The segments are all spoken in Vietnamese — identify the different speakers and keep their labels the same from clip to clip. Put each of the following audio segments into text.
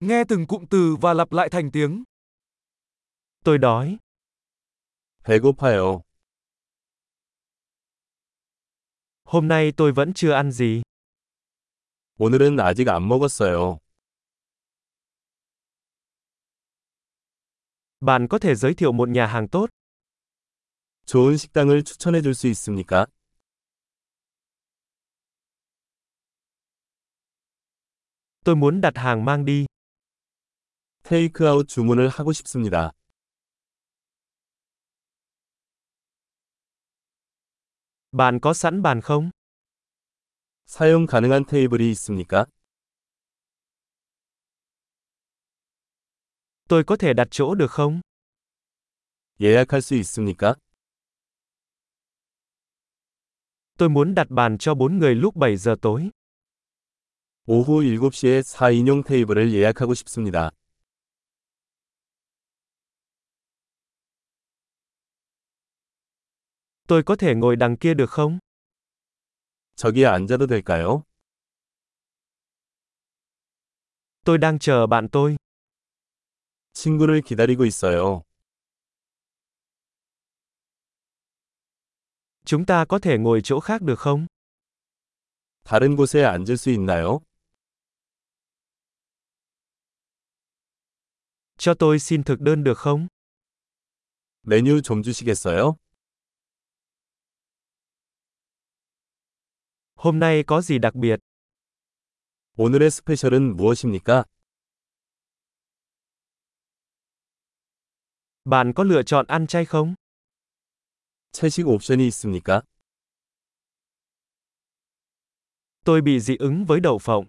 Speaker 1: Nghe từng cụm từ và lặp lại thành tiếng.
Speaker 2: Tôi đói.
Speaker 3: 배고파요.
Speaker 2: Hôm nay tôi vẫn chưa ăn gì.
Speaker 3: 오늘은 아직 안 먹었어요.
Speaker 2: Bạn có thể giới thiệu một nhà hàng tốt.
Speaker 3: 좋은 식당을 추천해 줄 수 있습니까?
Speaker 2: Tôi muốn đặt hàng mang đi.
Speaker 3: 테이크아웃 주문을 하고 싶습니다.
Speaker 2: Bạn có sẵn bàn không?
Speaker 3: 사용 가능한 테이블이 있습니까?
Speaker 2: Tôi có thể đặt chỗ được không?
Speaker 3: 예약할 수 있습니까?
Speaker 2: Tôi muốn đặt bàn cho 4 người lúc 7 giờ tối.
Speaker 3: 오후 7시에 4인용 테이블을 예약하고 싶습니다.
Speaker 2: Tôi có thể ngồi đằng kia được không?
Speaker 3: 저기 앉아도 될까요?
Speaker 2: Tôi đang chờ bạn tôi.
Speaker 3: 친구를 기다리고 있어요.
Speaker 2: Chúng ta có thể ngồi chỗ khác được không?
Speaker 3: 다른 곳에 앉을 수 있나요?
Speaker 2: Cho tôi xin thực đơn được không?
Speaker 3: 메뉴 좀 주시겠어요?
Speaker 2: Hôm nay có gì đặc biệt?
Speaker 3: 오늘의 스페셜은 무엇입니까?
Speaker 2: Bạn có lựa chọn ăn chay không?
Speaker 3: 채식 옵션이 있습니까?
Speaker 2: Tôi bị dị ứng với đậu phộng.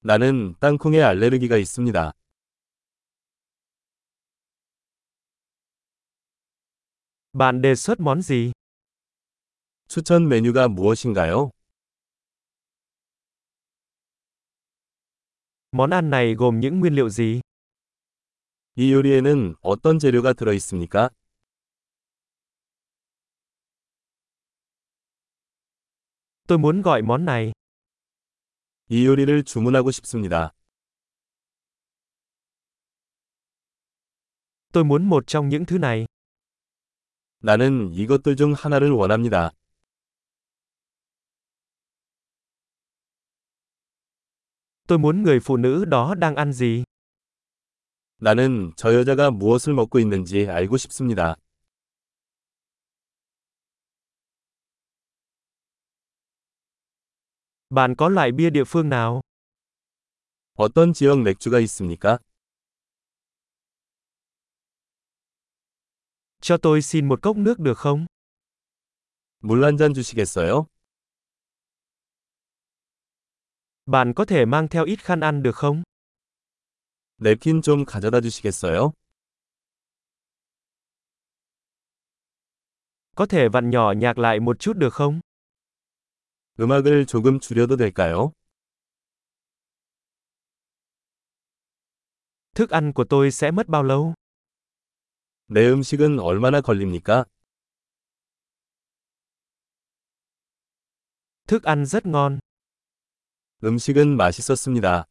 Speaker 3: 나는 땅콩에 알레르기가 있습니다.
Speaker 2: Bạn đề xuất món gì?
Speaker 3: 추천 메뉴가 무엇인가요?
Speaker 2: Món ăn này gồm những nguyên liệu gì?
Speaker 3: 이 요리에는 어떤 재료가 들어 있습니까?
Speaker 2: Tôi muốn gọi món này.
Speaker 3: 이 요리를 주문하고 싶습니다.
Speaker 2: Tôi muốn một trong những thứ này.
Speaker 3: 나는 이것들 중 하나를 원합니다.
Speaker 2: Tôi muốn người phụ nữ đó đang ăn gì.
Speaker 3: 나는 저 여자가 무엇을 먹고 있는지 알고 싶습니다.
Speaker 2: Bạn có loại bia địa phương nào?
Speaker 3: 어떤 지역 맥주가 있습니까?
Speaker 2: Cho tôi xin một cốc nước được không?
Speaker 3: 물 한 잔 주시겠어요?
Speaker 2: Bạn có thể mang theo ít khăn ăn được không?
Speaker 3: 냅킨 좀 가져다 주시겠어요?
Speaker 2: Có thể vặn nhỏ nhạc lại một chút được không?
Speaker 3: 음악을 조금 줄여도 될까요?
Speaker 2: Thức ăn của tôi sẽ mất bao lâu?
Speaker 3: 내 음식은 얼마나 걸립니까?
Speaker 2: Thức ăn rất ngon.
Speaker 3: 음식은 맛있었습니다.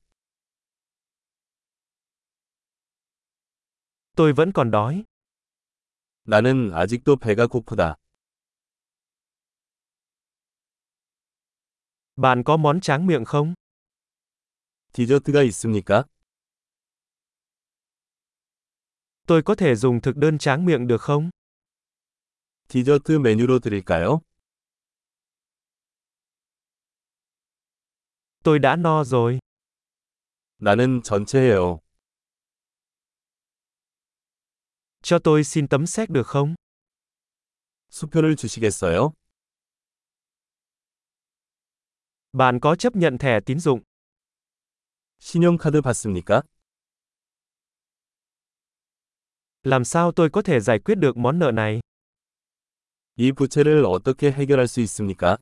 Speaker 2: Tôi vẫn còn đói.
Speaker 3: 나는 아직도 배가 고프다.
Speaker 2: Bạn có món tráng miệng không?
Speaker 3: 디저트가 있습니까?
Speaker 2: Tôi có thể dùng thực đơn tráng miệng được không?
Speaker 3: 디저트 메뉴로 드릴까요?
Speaker 2: Tôi đã no rồi.
Speaker 3: 나는 전체예요.
Speaker 2: Cho tôi xin tấm séc được không?
Speaker 3: 수표를 주시겠어요?
Speaker 2: Bạn có chấp nhận thẻ tín dụng?
Speaker 3: 신용카드 받습니까?
Speaker 2: Làm sao tôi có thể giải quyết được món nợ này?
Speaker 3: 이 부채를 어떻게 해결할 수 있습니까?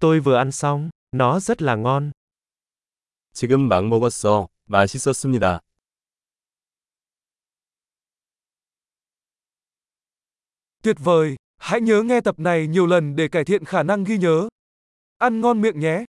Speaker 2: Tôi vừa ăn xong, nó rất là ngon.
Speaker 3: 지금 막 먹었어. 맛있었습니다.
Speaker 1: Tuyệt vời! Hãy nhớ nghe tập này nhiều lần để cải thiện khả năng ghi nhớ.
Speaker 2: Ăn ngon miệng nhé.